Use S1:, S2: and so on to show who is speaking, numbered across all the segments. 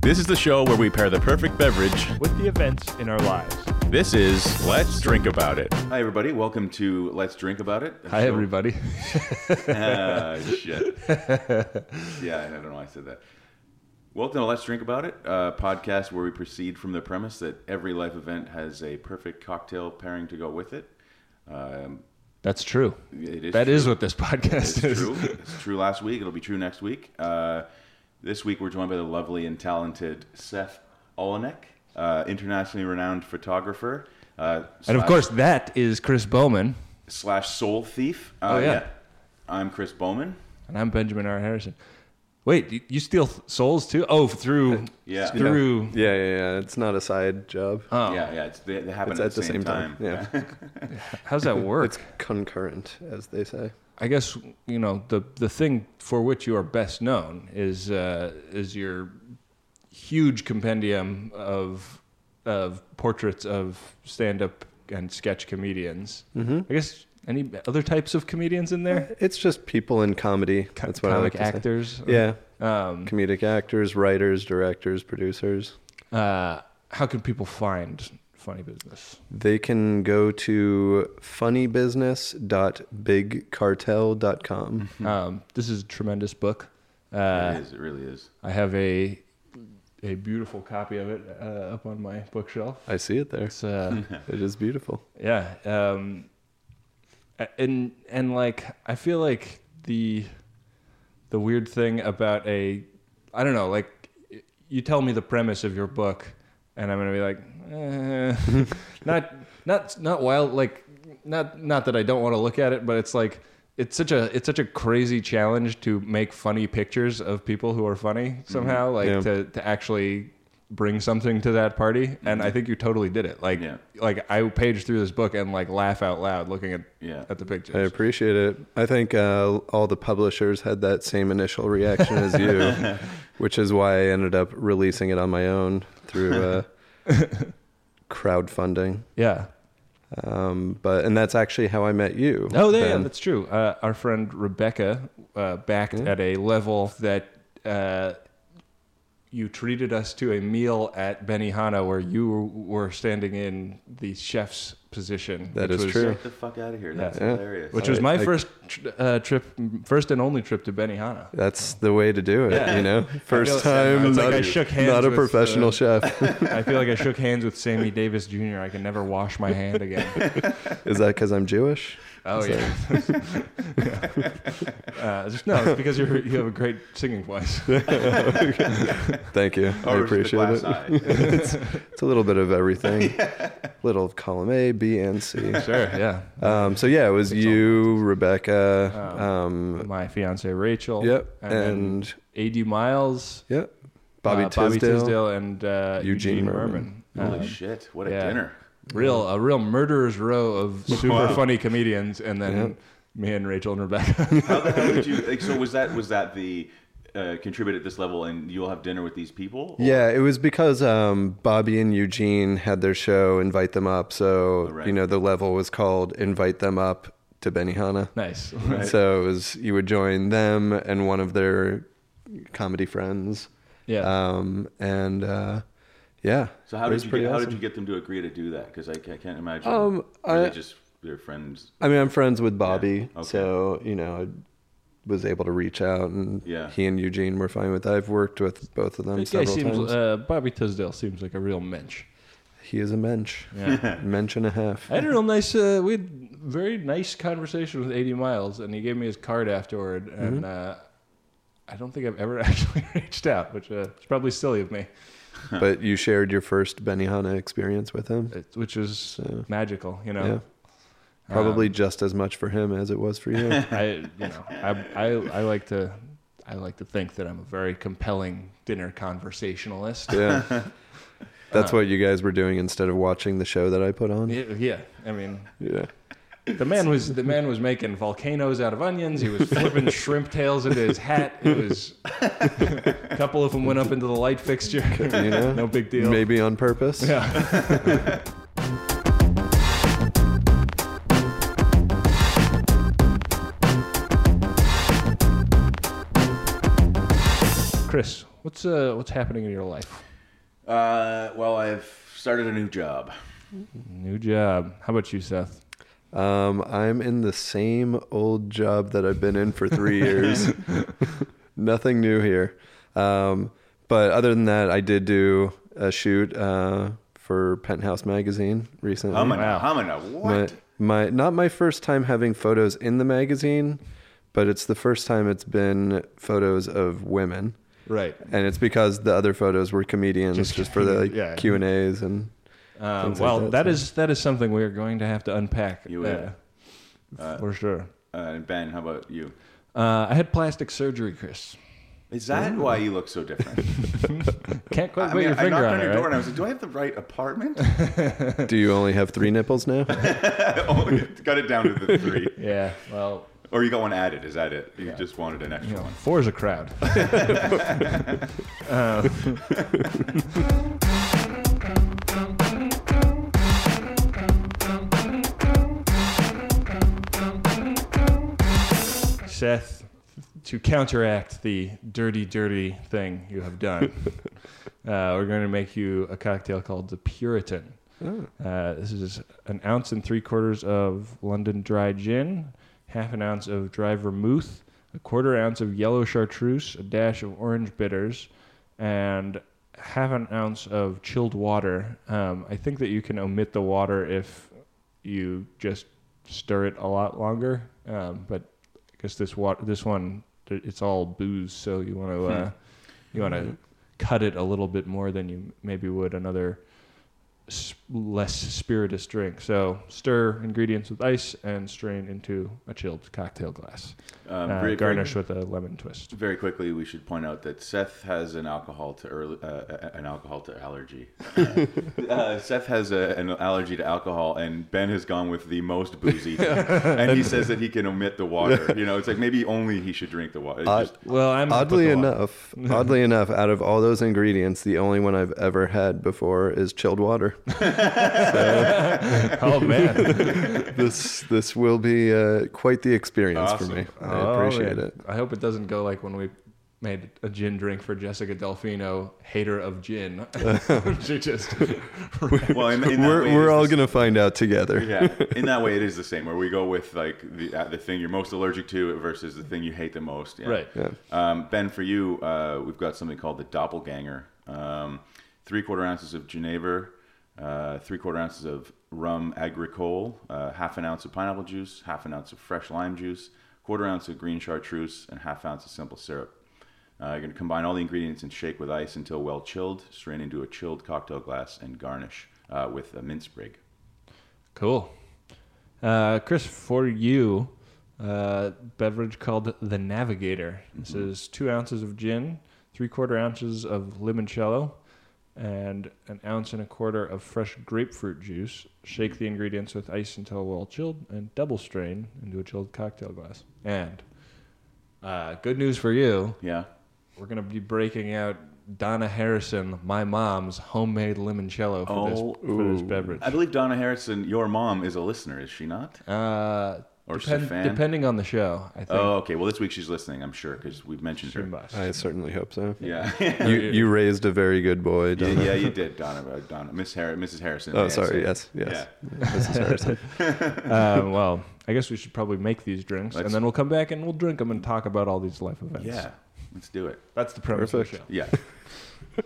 S1: This is the show where we pair the perfect beverage.
S2: with the events in our lives.
S1: This is Let's Drink About It. Hi, everybody. Welcome to Let's Drink About It.
S3: Hi, everybody.
S1: Ah, shit. yeah, I don't know why I said that. Welcome to Let's Drink About It, a podcast where we proceed from the premise that every life event has a perfect cocktail pairing to go with it. Um,
S3: That's true.
S1: it is
S3: That
S1: true.
S3: is what this podcast
S1: It's
S3: is.
S1: true. It's true last week. It'll be true next week. Uh, this week, we're joined by the lovely and talented Seth Olenek, uh, internationally renowned photographer. Uh,
S3: And of
S1: slash-
S3: course, that is Chris Bowman,
S1: slash soul thief. Uh,
S3: Oh, yeah.
S1: I'm Chris Bowman.
S3: and I'm Benjamin R. Harrison. Wait, you, you steal th- souls too? Oh, through
S1: Uh, Yeah.
S3: through.
S4: Yeah, yeah, yeah. It's not a side job.
S3: Oh,
S1: Yeah, yeah, it's, they, they happen
S4: It's
S1: at, the same, time.
S4: Yeah.
S3: how's that work?
S4: It's concurrent, as they say.
S3: I guess you know the the thing for which you are best known is uh, is your huge compendium of of portraits of stand up and sketch comedians.
S1: Mm-hmm.
S3: I guess any other types of comedians in there?
S4: It's just people in comedy. That's what I
S3: Comic
S4: like to say.
S3: actors.
S4: Yeah,
S3: Um,
S4: comedic actors, writers, directors, producers.
S3: uh, how can people find Funny Business?
S4: They can go to funnybusiness.bigcartel.com.
S3: Um, this is a tremendous book.
S1: it
S3: Uh,
S1: is. It really is.
S3: I have a a beautiful copy of it uh, up on my bookshelf.
S4: I see it there.
S3: It's uh,
S4: It is beautiful.
S3: yeah, um, a- and and like I feel like the the weird thing about a I don't know like y- you tell me the premise of your book and I'm gonna be like eh, not not not wild like not not that I don't want to look at it but it's like it's such a it's such a crazy challenge to make funny pictures of people who are funny somehow like
S4: Yeah.
S3: to to actually bring something to that party and I think you totally did it like
S1: Yeah.
S3: like I page through this book and like laugh out loud looking at
S1: Yeah.
S3: at the pictures
S4: I appreciate it. I think uh, all the publishers had that same initial reaction as you, which is why I ended up releasing it on my own through uh, crowdfunding.
S3: yeah
S4: Um, but and that's actually how I met you.
S3: Oh, yeah, yeah,
S4: Ben.
S3: that's true. Uh, our friend Rebecca uh, backed
S4: Mm-hmm.
S3: at a level that uh, you treated us to a meal at Benihana where you were, were standing in the chef's position.
S4: That
S3: which
S4: is
S3: was-
S4: true.
S1: Get the fuck out of here. That's
S4: Yeah.
S1: hilarious.
S3: Which
S4: I-
S3: was my
S4: I-
S3: first tr- uh, trip, first and only trip to Benihana.
S4: That's the way to do it.
S3: Yeah.
S4: You know, first
S3: feel- I
S4: time,
S3: was
S4: not,
S3: like, I shook hands
S4: not a
S3: with,
S4: professional
S3: uh,
S4: chef.
S3: I feel like I shook hands with Sammy Davis Jr. I can never wash my hand again.
S4: Is that because I'm Jewish?
S3: Oh yeah. uh, just, no, it's because you're, you have a great singing voice.
S4: Thank you.
S1: Or is it
S4: I
S1: the
S4: appreciate it.
S1: glass eye?
S4: It's a little bit of everything. Little of column A, B, and C.
S3: Sure. Yeah.
S4: Um, so yeah, it was you, Rebecca. Um,
S3: my fiance Rachel.
S4: yep,
S3: and,
S4: and,
S3: then A.D. Miles,
S4: yep, Bobby,
S3: uh,
S4: Tisdale.
S3: and uh, Eugene,
S4: Eugene
S3: Merman.
S4: Merman.
S1: Holy
S3: Um,
S1: shit. What a
S3: yeah.
S1: dinner.
S3: Real a real murderer's row of super funny comedians, and then me and Rachel and Rebecca.
S1: How the hell did you? Like, so was that was that the uh, contribute at this level and you'll have dinner with these people? Or-
S4: Yeah, it was because um, Bobby and Eugene had their show invite them up.
S1: Oh,
S4: So
S1: right.
S4: you know the level was called invite them up to Benihana.
S3: nice.
S4: So it was you would join them and one of their comedy friends.
S3: Yeah.
S4: Um, and uh, yeah.
S1: So how
S4: it
S1: did
S4: was
S1: you
S4: pretty
S1: get, how did
S4: awesome.
S1: you get them to agree to do that? Because I, ca- I can't imagine.
S4: Um,
S1: really
S4: I-
S1: just their friends.
S4: I mean, I'm friends with Bobby,
S1: okay.
S4: so you know, I was able to reach out, and
S1: Yeah.
S4: he and Eugene were fine with that. I've worked with both of them
S3: This guy
S4: several
S3: seems
S4: times.
S3: uh, Bobby Tisdale seems like a real mensch.
S4: he is a mensch,
S3: Yeah.
S4: mensch and a half.
S3: I had a real nice. Uh, we had very nice conversation with A.D. Miles, and he gave me his card afterward, and. Uh, I don't think I've ever actually reached out, which uh, is probably silly of me.
S4: But you shared your first Benihana experience with him.
S3: it, which was
S4: Yeah.
S3: magical, you know. Uh,
S4: Yeah. Probably
S3: Um,
S4: just as much for him as it was for you.
S3: I, you know, I, I, I like to, I like to think that I'm a very compelling dinner conversationalist.
S4: yeah. That's what you guys were doing instead of watching the show that I put on.
S3: Uh, Yeah, yeah, I mean,
S4: Yeah.
S3: the man was the man was making volcanoes out of onions. He was flipping shrimp tails into his hat. It was a couple of them went up into the light fixture.
S4: You know?
S3: no big deal.
S4: Maybe on purpose.
S3: Yeah. Chris, what's uh, what's happening in your life?
S1: Uh, well, I've started a new job.
S3: New job. How about you, Seth?
S4: Um, I'm in the same old job that I've been in for three years. Nothing new here. Um, but other than that, I did do a shoot uh, for Penthouse Magazine recently.
S1: Humana,
S3: Wow.
S1: Humana, Oh what?
S4: My, my not my first time having photos in the magazine, but it's the first time it's been photos of women,
S3: Right.
S4: and it's because the other photos were comedians
S3: Just
S4: just, for the like,
S3: yeah.
S4: Q and A's and
S3: Um,
S4: Things like
S3: well,
S4: that,
S3: that
S4: so-
S3: is that is something we are going to have to unpack.
S1: You will.
S3: uh, for sure.
S1: Uh, and ben, how about you?
S3: Uh, I had plastic surgery, Chris.
S1: Is that why you look so different?
S3: Can't quite
S1: I
S3: put
S1: mean,
S3: your
S1: I
S3: finger
S1: knocked
S3: on,
S1: on
S3: it.
S1: your
S3: right?
S1: door and I was like, "Do I have the right apartment?"
S4: do you only have three nipples now?
S1: oh, you got it down to the three,
S3: Yeah. Well,
S1: or you got one added. Is that it? You just wanted an
S3: you
S1: extra
S3: know,
S1: one.
S3: four is a crowd. Uh, Seth, to counteract the dirty, dirty thing you have done, uh, we're going to make you a cocktail called the Puritan.
S4: Oh.
S3: Uh, this is an ounce and three quarters of London dry gin, half an ounce of dry vermouth, a quarter ounce of yellow chartreuse, a dash of orange bitters, and half an ounce of chilled water. Um, I think that you can omit the water if you just stir it a lot longer. Um, but I guess this water, this one, th- it's all booze, so you want to uh, you want to cut it a little bit more than you maybe would another s- less spiritus drink. So stir ingredients with ice and strain into a chilled cocktail glass.
S1: Um,
S3: Uh,
S1: very- very-
S3: garnish with a lemon twist.
S1: Very quickly, we should point out that Seth has an alcohol to early, uh, an alcohol to allergy. uh, Seth has a, an allergy to alcohol, and Ben has gone with the most boozy, thing. and he says that he can omit the water. You know, it's like maybe only he should drink the water. It's
S3: Uh,
S4: I-
S1: just-
S3: Well, I'm gonna put
S4: oddly
S3: the water-
S4: enough, oddly enough, out of all those ingredients, the only one I've ever had before is chilled water.
S3: Oh man,
S4: this this will be uh, quite the experience for me. I
S3: Oh,
S4: appreciate
S1: Oh,
S4: it.
S3: I hope it doesn't go like when we made a gin drink for Jessica Delfino, hater of gin. she just
S1: well, in, in that
S4: we're
S1: way, it
S4: we're
S1: is
S4: all
S1: the
S4: gonna find out together.
S1: yeah in that way it is the same where we go with like the uh, the thing you're most allergic to versus the thing you hate the most yeah.
S3: Right.
S4: Yeah.
S1: um, ben for you uh, we've got something called the doppelganger um, three quarter ounces of geneva uh, three quarter ounces of rum agricole uh, half an ounce of pineapple juice half an ounce of fresh lime juice quarter ounce of green chartreuse and half ounce of simple syrup uh, you're going to combine all the ingredients and shake with ice until well chilled strain into a chilled cocktail glass and garnish uh, with a mint sprig
S3: cool. Uh, Chris, for you, uh, beverage called the Navigator. This
S1: Mm-hmm.
S3: is two ounces of gin, three quarter ounces of limoncello, and an ounce and a quarter of fresh grapefruit juice. Shake the ingredients with ice until well chilled, and double strain into a chilled cocktail glass. And uh, good news for you.
S1: yeah
S3: We're gonna be breaking out Donna Harrison, my mom's homemade limoncello for
S1: Oh,
S3: this for this beverage.
S1: I believe Donna Harrison, your mom, is a listener, is she not?
S3: Uh,
S1: Or
S3: depend-
S1: Stefan?
S3: depending on the show, I think.
S1: Oh, okay. Well, this week she's listening, I'm sure, because we've mentioned
S3: she
S1: her.
S3: must.
S4: I certainly hope so.
S1: Yeah.
S4: You you raised a very good boy.
S1: yeah,
S4: Donna.
S1: yeah, you did, Donna. uh, Donna, Miss Har- Mrs. Harrison. may
S4: Oh,
S1: I
S4: sorry.
S1: say.
S4: Yes, yes.
S1: Yeah.
S4: Mrs. Harrison.
S3: Uh, well, I guess we should probably make these drinks,
S1: Let's-
S3: and then we'll come back and we'll drink them and talk about all these life events.
S1: Yeah. Let's do it.
S3: that's the premise of
S4: Perfect.
S3: the show.
S1: Yeah.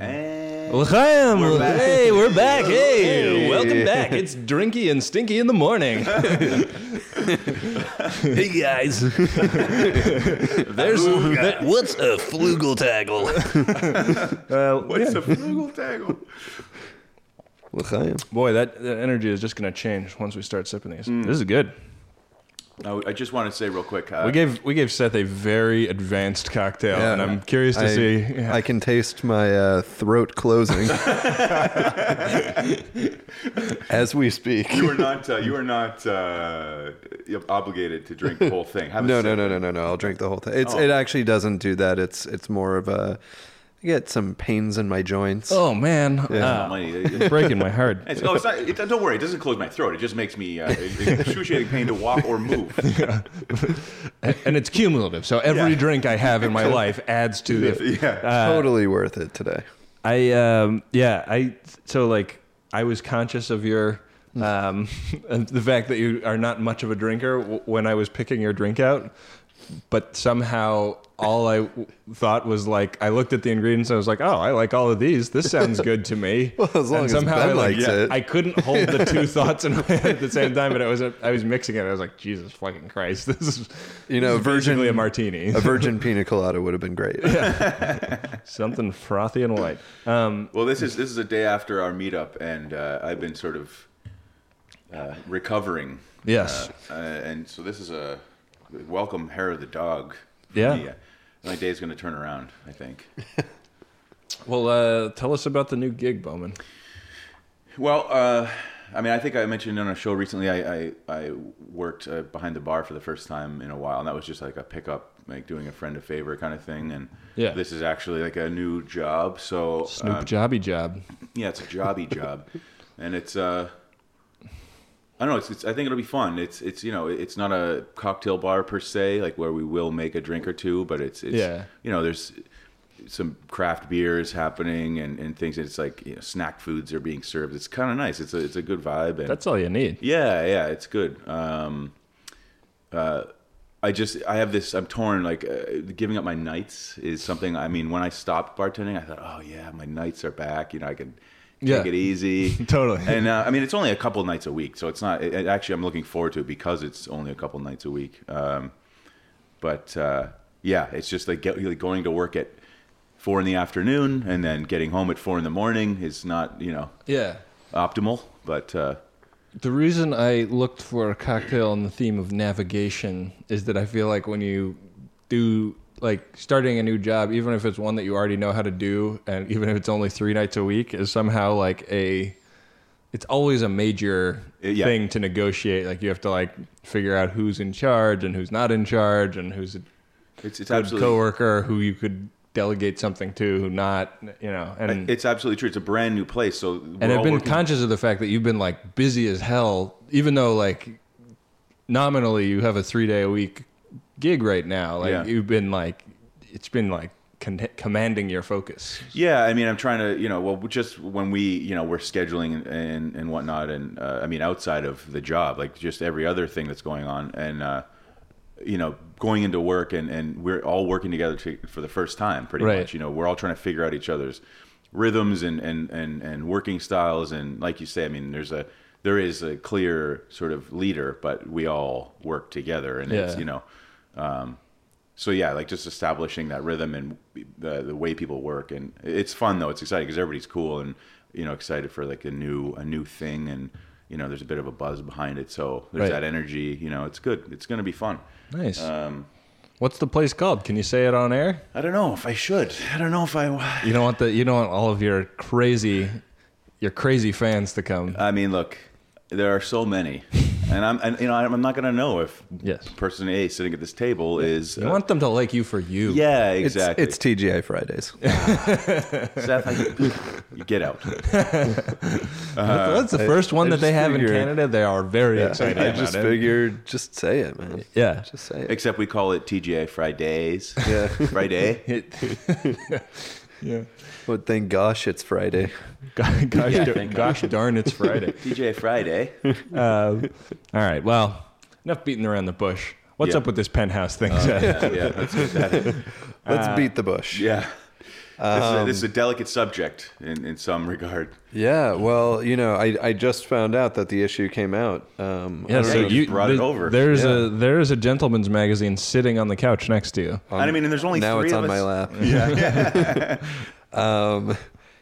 S1: And- We're back.
S3: Hey, we're back. Hey,
S4: Hey.
S3: welcome back. It's Drinky and Stinky in the
S2: Hey
S3: morning.
S2: guys,
S3: There's
S1: Ooga.
S2: what's a flugeltagel?
S3: uh,
S1: What's a frugal tangle?
S4: L'chaim.
S3: boy. That, that energy is just gonna change once we start sipping these.
S1: Mm.
S3: This is good.
S1: I, I just want to say real quick. Uh,
S3: We gave we gave Seth a very advanced cocktail,
S4: Yeah.
S3: and I'm curious to
S4: I,
S3: see. yeah.
S4: I can taste my uh, throat closing as we speak.
S1: you are not. Uh, you are not uh, obligated to drink the whole thing. Have a
S4: No,
S1: sip. Oh.
S4: no, no, no, no, no. I'll drink the whole thing. It's it actually doesn't do that. It's it's more of a I get some pains in my joints.
S3: Oh man,
S1: Oh,
S3: Uh,
S1: my- it-
S3: breaking my heart.
S1: it's, no, it's not, it, don't worry. It doesn't close my throat. It just makes me uh, excruciating pain to walk or move.
S3: and it's cumulative. So every
S1: Yeah.
S3: drink I have in my life adds to the.
S4: Uh,
S1: Yeah.
S4: totally worth it today.
S3: I um yeah I so like I was conscious of your
S4: Hmm.
S3: um of the fact that you are not much of a drinker w- when I was picking your drink out, but somehow all I w- thought was like I looked at the ingredients and I was like oh I like all of these this sounds good to me.
S4: Well, as long
S3: and
S4: as
S3: somehow
S4: Ben
S3: I, like,
S4: likes it.
S3: I couldn't hold the two thoughts in my head at the same time, but I was I was mixing it. I was like Jesus fucking Christ this is
S4: You know, virgin
S3: basically a martini.
S4: a virgin pina colada would have been great.
S3: Something frothy and white. Um,
S1: Well, this is this is a day after our meetup, and uh, I've been sort of uh, recovering.
S3: Yes.
S1: Uh, uh, and so this is a welcome hair of the dog. for
S3: Yeah.
S1: me. My day's going to turn around, I think.
S3: well, uh, tell us about the new gig, Bowman.
S1: Well, uh, I mean, I think I mentioned on a show recently. I I, I worked uh, behind the bar for the first time in a while, and that was just like a pickup, like doing a friend a favor kind of thing. And
S3: Yeah.
S1: this is actually like a new job. So
S3: Snoop
S1: um,
S3: Jobby Job.
S1: yeah, it's a jobby job, and it's uh, I don't know. It's, it's I think it'll be fun. It's it's you know it's not a cocktail bar per se, like where we will make a drink or two, but it's it's
S3: Yeah.
S1: you know there's some craft beers happening and, and things. It's like you know, snack foods are being served. It's kind of nice. It's a it's a good vibe. And
S3: That's all you need.
S1: yeah, yeah, it's good. Um, uh, I just I have this. I'm torn. Like uh, giving up my nights is something. I mean, when I stopped bartending, I thought, oh yeah, my nights are back. You know, I can take
S3: Yeah.
S1: it easy.
S3: Totally.
S1: And uh, I mean, it's only a couple nights a week, so it's not. It, it- actually, I'm looking forward to it because it's only a couple nights a week. Um, but uh, yeah, it's just like, get, like going to work at four in the afternoon and then getting home at four in the morning is not you know
S3: Yeah.
S1: optimal. But uh,
S3: The reason I looked for a cocktail on the theme of navigation is that I feel like when you do like starting a new job, even if it's one that you already know how to do, and even if it's only three nights a week, is somehow like a it's always a major
S1: Uh, yeah.
S3: thing to negotiate. Like you have to like figure out who's in charge and who's not in charge and who's a
S1: it's it's
S3: good
S1: absolutely
S3: coworker who you could delegate something to, who not, you know. And
S1: It's absolutely true. It's a brand new place, so we're
S3: Mm. and I've
S1: all
S3: been
S1: working-
S3: conscious of the fact that you've been like busy as hell, even though like nominally you have a three day a week gig right now. Like
S1: Yeah.
S3: you've been like, it's been like con- commanding your focus.
S1: yeah. I mean, I'm trying to, you know, well, just when we, you know, we're scheduling and and, and whatnot, and uh, I mean, outside of the job, like just every other thing that's going on, and uh, you know, going into work, and and we're all working together to, for the first time, pretty
S3: Right.
S1: much. You know, we're all trying to figure out each other's rhythms and and and and working styles, and like you say, I mean, there's a there is a clear sort of leader, but we all work together, and it's
S3: Yeah.
S1: you know. Um, so yeah, like just establishing that rhythm and the the way people work, and it's fun though. It's exciting because everybody's cool and you know excited for like a new a new thing, and you know there's a bit of a buzz behind it. So there's
S3: Right.
S1: that energy. You know, it's good. It's gonna be fun.
S3: Nice. What's the place called? Can you say it on air?
S1: I don't know if I should. I don't know if I.
S3: You don't want the you don't want all of your crazy your crazy fans to come.
S1: I mean, look, there are so many, and I'm and, you know I'm not gonna know if
S3: Yes.
S1: person A sitting at this table is.
S3: You
S1: uh,
S3: want them to like you for you.
S1: yeah,
S4: It's,
S1: exactly.
S4: it's TGI Fridays.
S1: Seth, I- you get out.
S3: That's the first one
S4: I
S3: that they
S4: just
S3: have
S4: figured-
S3: in Canada. They are very excited
S4: I
S3: about
S4: just
S1: eh?
S3: it.
S4: figured, just say it, man.
S3: Yeah.
S4: Just say it.
S1: Except we call it TGA Fridays.
S4: Yeah.
S1: Friday.
S3: yeah.
S4: But thank gosh it's Friday.
S3: Gosh,
S1: thank
S3: darn,
S1: God.
S3: gosh darn, it's Friday.
S1: TJ Friday.
S3: Uh, all right. Well, enough beating around the bush. What's
S1: Yeah. Uh,
S3: up with this penthouse thing? Seth?
S1: yeah, yeah, that's what that is.
S4: Let's beat the bush.
S1: Uh, yeah. This, is a, this is a
S4: Um,
S1: delicate subject in, in some regard.
S4: Yeah, well, you know, I, I just found out that the issue came out. Um, I
S3: Yeah,
S4: don't
S1: so
S4: know if-
S1: you- brought it over.
S3: There's
S4: Yeah.
S3: a there is a gentleman's magazine sitting on the couch next to you.
S1: I mean, and there's only
S4: um, now
S1: three
S4: it's
S1: of
S4: on my
S1: us.
S4: lap. Yeah. um,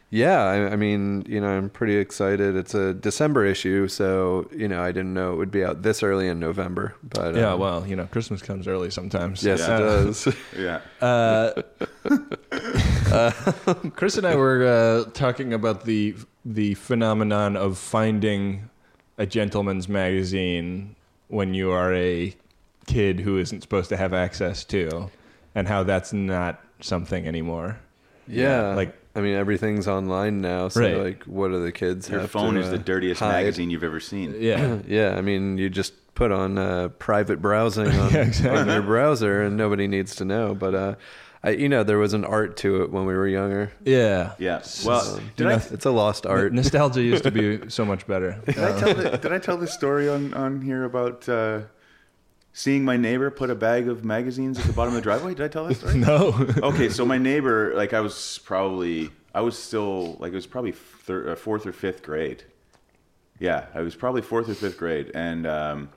S4: yeah, I, I mean, you know, I'm pretty excited. It's a December issue, so you know, I didn't know it would be out this early in November. But
S3: Yeah,
S4: um,
S3: well, you know, Christmas comes early sometimes. Uh,
S4: yes,
S1: Yeah.
S4: it does.
S1: Yeah.
S3: Chris and I were uh, talking about the the phenomenon of finding a gentleman's magazine when you are a kid who isn't supposed to have access to, and how that's not something anymore.
S4: Yeah.
S3: like-
S4: Like, I mean, everything's online now. So,
S3: Right.
S4: like, what do the kids
S1: Your
S4: have
S1: phone
S4: to,
S1: is
S4: uh,
S1: the dirtiest
S4: hide?
S1: magazine you've ever seen.
S3: yeah.
S4: Yeah. I mean, you just put on uh, private browsing on,
S3: Yeah, exactly.
S4: on your browser and nobody needs to know. But, uh, I, you know, there was an art to it when we were younger.
S3: Yeah.
S1: Yeah. Well,
S4: um,
S1: did I,
S4: It's a lost art.
S3: Nostalgia used to be so much better.
S1: did I tell the, did I tell the story on on here about uh, seeing my neighbor put a bag of magazines at the bottom of the driveway? Did I tell that story?
S3: No.
S1: okay, so my neighbor, like I was probably, I was still, like it was probably thir- uh, fourth or fifth grade. Yeah, I was probably fourth or fifth grade, and um,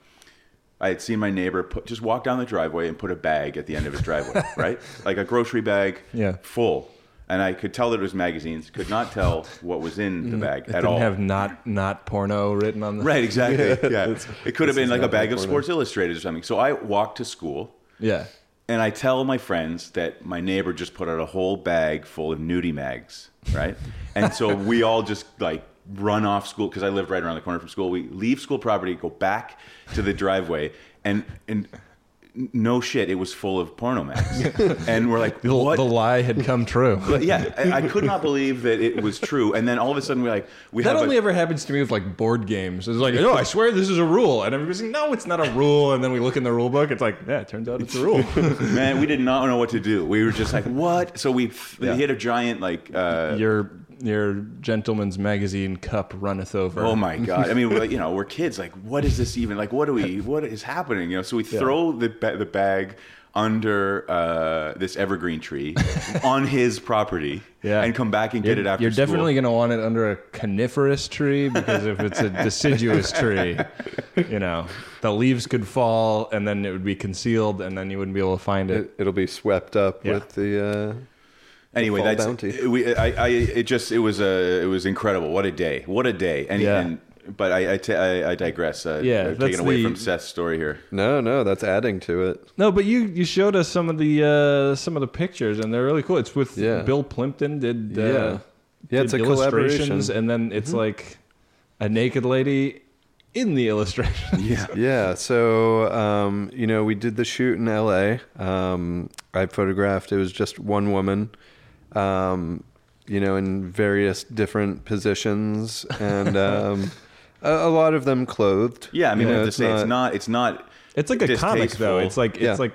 S1: I had seen my neighbor put, just walk down the driveway and put a bag at the end of his driveway, right? Like a grocery bag,
S3: Yeah.
S1: full. And I could tell that it was magazines. Could not tell what was in the bag at
S3: Mm-hmm. Didn't
S1: all.
S3: have not not porno written on the
S1: Right, exactly. Yeah, it could have been like a
S4: not
S1: bag
S4: like
S1: of
S4: one of-
S1: Sports Illustrated or something. So I walked to school,
S3: Yeah.
S1: and I tell my friends that my neighbor just put out a whole bag full of nudie mags, right? and so we all just like run off school because I lived right around the corner from school. We leave school property, go back to the driveway, and and no shit, it was full of porno mags. and we're like,
S3: The,
S1: what?
S3: the lie had come true.
S1: But yeah, I, I could not believe that it was true. And then all of a sudden, we're like, we
S3: That
S1: have a-
S3: only ever happens to me with like board games. It's like, oh, I swear this is a rule, and everybody's like, no, it's not a rule. And then we look in the rule book. It's like, yeah, it turns out it's a rule.
S1: man, we did not know what to do. We were just like, what? So we we hit a giant like. Uh,
S3: your your gentleman's magazine cup runneth over.
S1: Oh my god! I mean, we're, like, you know, we're kids. Like, what is this even? Like, what do we? What is happening? You know, so we throw the ba- the bag under uh, this evergreen tree on his property,
S3: Yeah.
S1: and come back and get
S3: You're,
S1: it after.
S3: you're
S1: school.
S3: definitely going to want it under a coniferous tree because if it's a deciduous tree, you know, the leaves could fall and then it would be concealed and then you wouldn't be able to find it.
S4: It, it'll be swept up
S3: Yeah.
S4: with the. Uh,
S1: anyway.
S4: Fall
S1: That's
S4: bounty.
S1: we. I, I. It just. It was a. It was incredible. What a day! What a day! And,
S3: Yeah.
S1: and but I. I, ta- I, I digress. Uh,
S3: Yeah,
S1: I'm
S3: that's
S1: taking away
S3: the-
S1: from Seth's story here.
S4: no, no, that's adding to it.
S3: No, but you you showed us some of the uh, some of the pictures and they're really cool. It's with
S4: Yeah.
S3: Bill Plimpton did uh,
S4: Yeah. Yeah, it's
S3: did
S4: a
S3: illustrations
S4: collaboration.
S3: and then it's like a naked lady in the illustration.
S1: Yeah.
S4: Yeah. So, um, you know, we did the shoot in LA. Um, I photographed, it was just one woman, um, you know, in various different positions and um, a, a lot of them clothed.
S1: Yeah. I mean,
S4: You
S1: I
S4: know,
S1: have to say it's not. It's not.
S3: It's like a comic
S1: Distasteful.
S3: though. It's like it's
S4: Yeah.
S3: like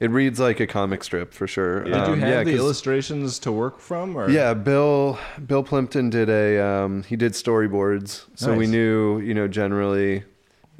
S4: It reads like a comic strip for sure.
S1: Yeah.
S3: did you
S4: Um,
S3: have the
S4: 'cause-
S3: illustrations to work from or
S4: Yeah, Bill Bill Plimpton did a um, he did storyboards, so we
S3: Nice.
S4: knew you know generally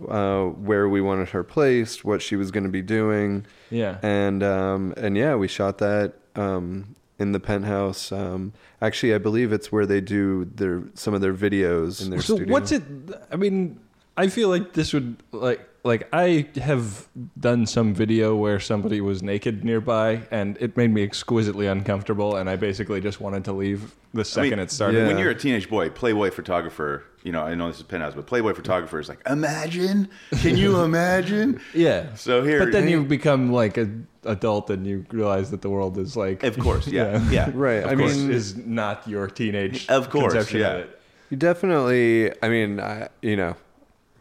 S4: uh, where we wanted her placed, what she was going to be doing,
S3: Yeah.
S4: and um, and yeah, we shot that um, in the penthouse. Um, actually, I believe it's where they do their some of their videos in their
S3: so
S4: studio.
S3: what's it i mean i feel like this would like like i have done some video where somebody was naked nearby and it made me exquisitely uncomfortable and i basically just wanted to leave the second it started
S4: yeah.
S1: When you're a teenage boy, Playboy photographer, you know, I know this is penthouse, but Playboy photographer is like, imagine, can you imagine?
S3: yeah
S1: So here,
S3: but then you become like an adult and you realize that the world is like
S1: of course, yeah, yeah,
S4: right? I
S3: course,
S4: mean,
S3: is not your teenage
S1: Of course,
S3: conception
S1: yeah.
S3: of it
S4: you definitely. I mean, I, you know,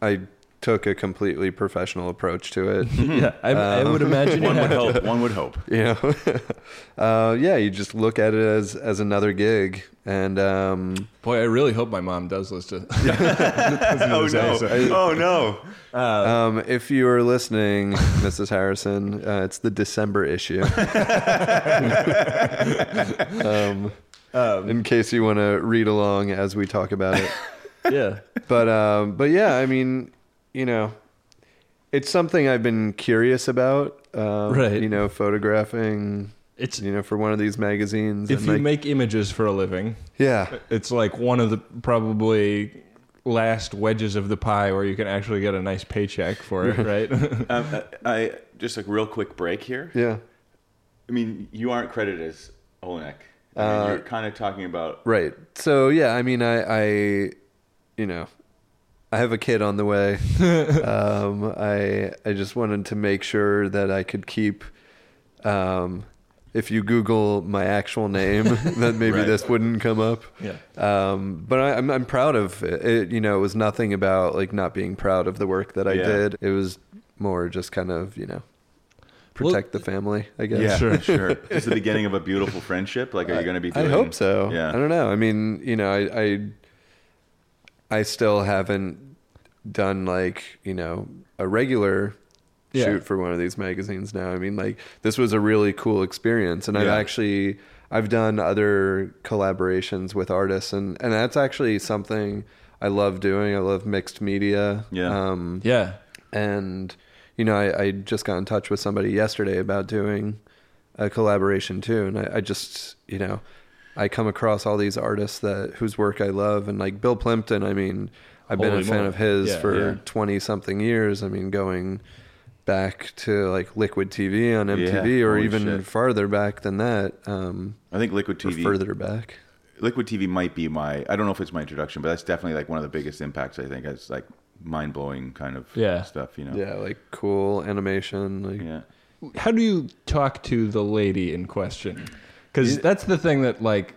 S4: I took a completely professional approach to it.
S3: yeah I, I
S4: Uh,
S3: would imagine you
S1: One would
S3: have,
S1: hope. One would hope.
S4: you know uh, yeah you just look at it as as another gig and um
S3: boy i really hope my mom does listen
S1: Oh no! Oh no!
S4: um if you are listening mrs harrison uh, it's the december issue um, in case you want to read along as we talk about it
S3: yeah
S4: but um but yeah i mean you know it's something i've been curious about um,
S3: Right.
S4: you know photographing
S3: it's
S4: you know for one of these magazines
S3: if
S4: and,
S3: you
S4: like-
S3: make images for a living
S4: yeah
S3: It's like one of the probably last wedges of the pie where you can actually get a nice paycheck for it, right?
S1: Um, I, I just like real quick break here.
S4: yeah
S1: I mean, you aren't credited as Olenek. I mean, you're kind of talking about
S4: Right. So yeah, I mean, I, I, you know, I have a kid on the way. um, I, I just wanted to make sure that I could keep. Um, if you Google my actual name, then maybe
S1: Right.
S4: this wouldn't come up.
S3: Yeah.
S4: Um, but I, I'm I'm proud of it. it. You know, it was nothing about like not being proud of the work that I
S1: Yeah.
S4: did. It was more just kind of you know protect the family, I guess.
S1: Yeah, sure, sure. It's the beginning of a beautiful friendship. Like, are you going to be? Doing,
S4: I hope so.
S1: Yeah,
S4: I don't know. I mean, you know, I, I I still haven't done like, you know, a regular
S3: Yeah.
S4: shoot for one of these magazines now. I mean, like this was a really cool experience and I've
S1: Yeah.
S4: actually I've done other collaborations with artists and and that's actually something I love doing. I love mixed media.
S1: Yeah.
S4: Um
S3: Yeah.
S4: and you know I, I just got in touch with somebody yesterday about doing a collaboration too and I, I just you know i come across all these artists that whose work i love and like bill plimpton i mean i've been
S3: Holy
S4: a fan
S3: moly.
S4: of his
S3: Yeah,
S4: for
S1: yeah.
S4: 20 something years i mean going back to like liquid tv on mtv
S1: Yeah,
S4: or
S1: holy
S4: even
S1: shit.
S4: farther back than that um
S1: I think Liquid
S4: or
S1: TV.
S4: further back
S1: Liquid TV might be my. I don't know if it's my introduction, but that's definitely like one of the biggest impacts. I think it's like mind blowing kind of
S3: Yeah.
S1: stuff. You know.
S4: yeah like cool animation like
S1: Yeah.
S3: How do you talk to the lady in question? Because that's the thing that like,